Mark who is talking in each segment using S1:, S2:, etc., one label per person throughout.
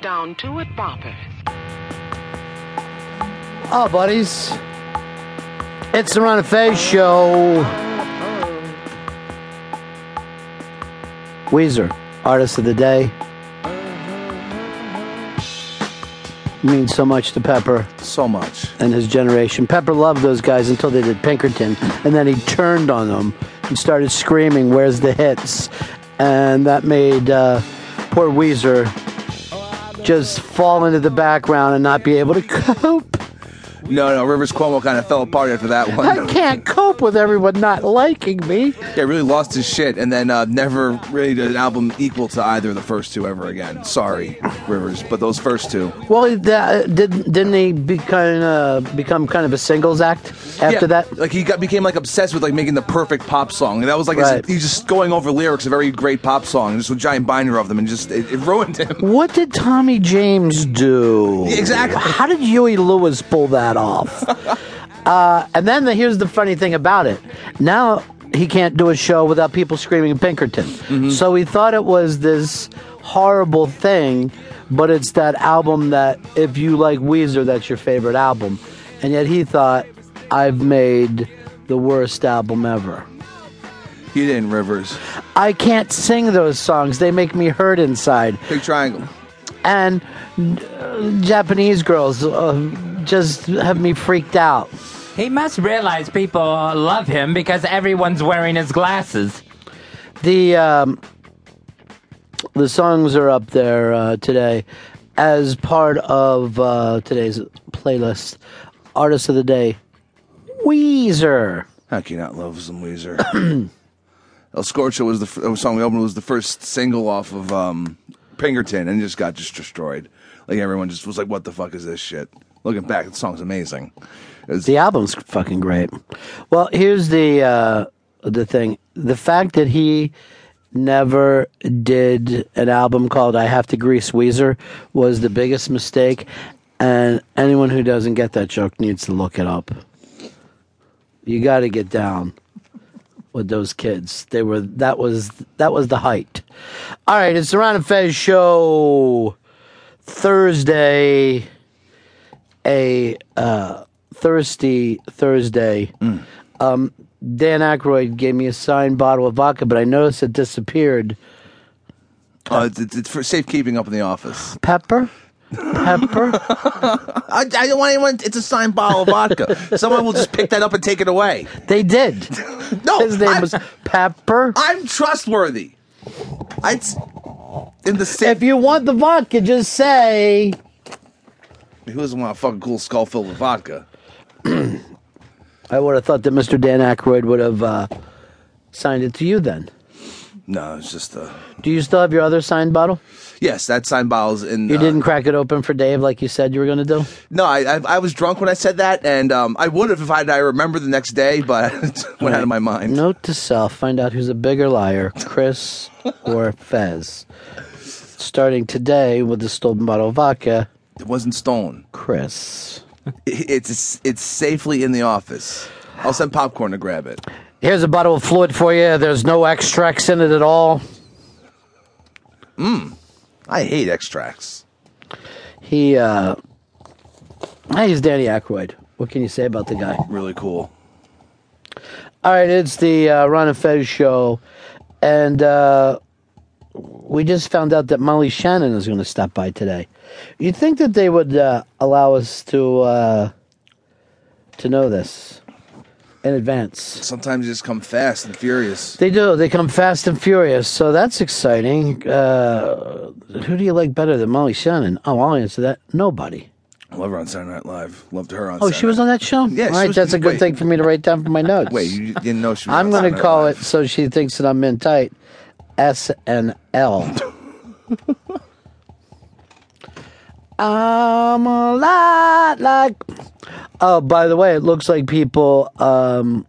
S1: down to it, boppers.
S2: Oh, buddies. It's the Ron and Fez show. Weezer, artist of the day. Means so much to Pepper
S3: So much.
S2: and his generation. Pepper loved those guys until they did Pinkerton, and then he turned on them and started screaming, "Where's the hits?" And that made uh, poor Weezer just fall into the background and not be able to cope.
S3: No, no, Rivers Cuomo kind of fell apart after that
S2: I
S3: one.
S2: can't cope with everyone not liking me.
S3: yeah, really lost his shit, and then uh, never really did an album equal to either of the first two ever again. Sorry, Rivers, but those first two.
S2: Well, he- that, did, didn't he become uh, become kind of a singles act after
S3: Yeah,
S2: that?
S3: like he got became like obsessed with like making the perfect pop song, and that was like his-
S2: Right.
S3: he's just going over lyrics of every great pop song, just a giant binder of them, and just it, it ruined him.
S2: What did Tommy James do?
S3: Exactly.
S2: How did Huey Lewis pull that off? uh, and then the, here's the funny thing about it. Now he can't do a show without people screaming Pinkerton. So he thought it was this horrible thing, but it's that album that if you like Weezer, that's your favorite album. And yet he thought, I've made the worst album ever.
S3: He didn't, Rivers.
S2: I can't sing those songs. They make me hurt inside
S3: Big triangle.
S2: and uh, Japanese girls uh, just have me freaked out.
S4: He must realize people love him because everyone's wearing his glasses.
S2: The um, the songs are up there uh, today as part of uh, today's playlist. Artist of the day, Weezer.
S3: How can you not love some Weezer? El Scorcho was the f- uh, song we opened was the first single off of um, Pinkerton, and it just got just destroyed. Like everyone just was like, "What the fuck is this shit?" Looking back, the song's amazing. It's-
S2: The album's fucking great. Well, here's the uh, the thing: the fact that he never did an album called "I Have to Grease Weezer" was the biggest mistake, and anyone who doesn't get that joke needs to look it up. You got to get down with those kids. They were that was that was the height. All right, it's the Ron and Fez show Thursday. A thirsty Thursday. Um, Dan Aykroyd gave me a signed bottle of vodka, but I noticed it disappeared.
S3: uh, it's, it's- it's for safekeeping up in the office.
S2: Pepper, pepper.
S3: I, I don't want anyone. It's a signed bottle of vodka. Someone will just pick that up and take it away.
S2: they did.
S3: No,
S2: His name
S3: I'm,
S2: was Pepper.
S3: I'm trustworthy. I it's in the safe.
S2: if you want the vodka, just say.
S3: Who doesn't want a fucking cool skull filled with vodka?
S2: I would have thought that Mr. Dan Aykroyd would have uh, signed it to you. Then,
S3: No, it's just uh,
S2: do you still have your other signed bottle?
S3: yes, that signed bottle's in.
S2: You
S3: uh,
S2: didn't crack it open for Dave like you said you were going to do.
S3: No, I, I I was drunk when I said that, and um, I would have if I, I remember the next day, but it went out of my mind.
S2: Note to self: find out who's a bigger liar, Chris or Fez. Starting today with the stolen bottle of vodka,
S3: It wasn't stolen.
S2: Chris.
S3: It- It's it's safely in the office. I'll send popcorn to grab it.
S2: Here's a bottle of fluid for you. There's no extracts in it at all.
S3: I hate extracts.
S2: He, uh, hey, he's Danny Aykroyd. What can you say about the guy?
S3: Really cool.
S2: All right, it's the uh, Ron and Fez show, and uh, we just found out that Molly Shannon is going to stop by today. You'd think that they would uh, allow us to uh, to know this in advance.
S3: Sometimes you just come fast and furious.
S2: They do. They come fast and furious, so that's exciting. Uh, who do you like better than Molly Shannon? Oh, I'll answer that. Nobody.
S3: I love her on Saturday Night Live. Loved her on.
S2: Oh,
S3: Saturday
S2: she was on that show.
S3: Yeah, she
S2: All right,
S3: was-
S2: that's a good
S3: wait.
S2: thing for me to write down for my notes.
S3: Wait, you didn't know she was.
S2: I'm
S3: on
S2: going
S3: Saturday
S2: to
S3: Night
S2: call it
S3: Live.
S2: so she thinks that I'm in tight. S and L. I'm a lot like. Oh, by the way, it looks like people um,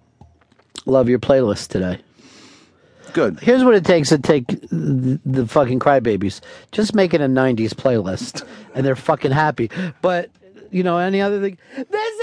S2: love your playlist today.
S3: Good.
S2: Here's what it takes to take the, the fucking crybabies. Just make it a '90s playlist, and they're fucking happy. But you know, any other thing? This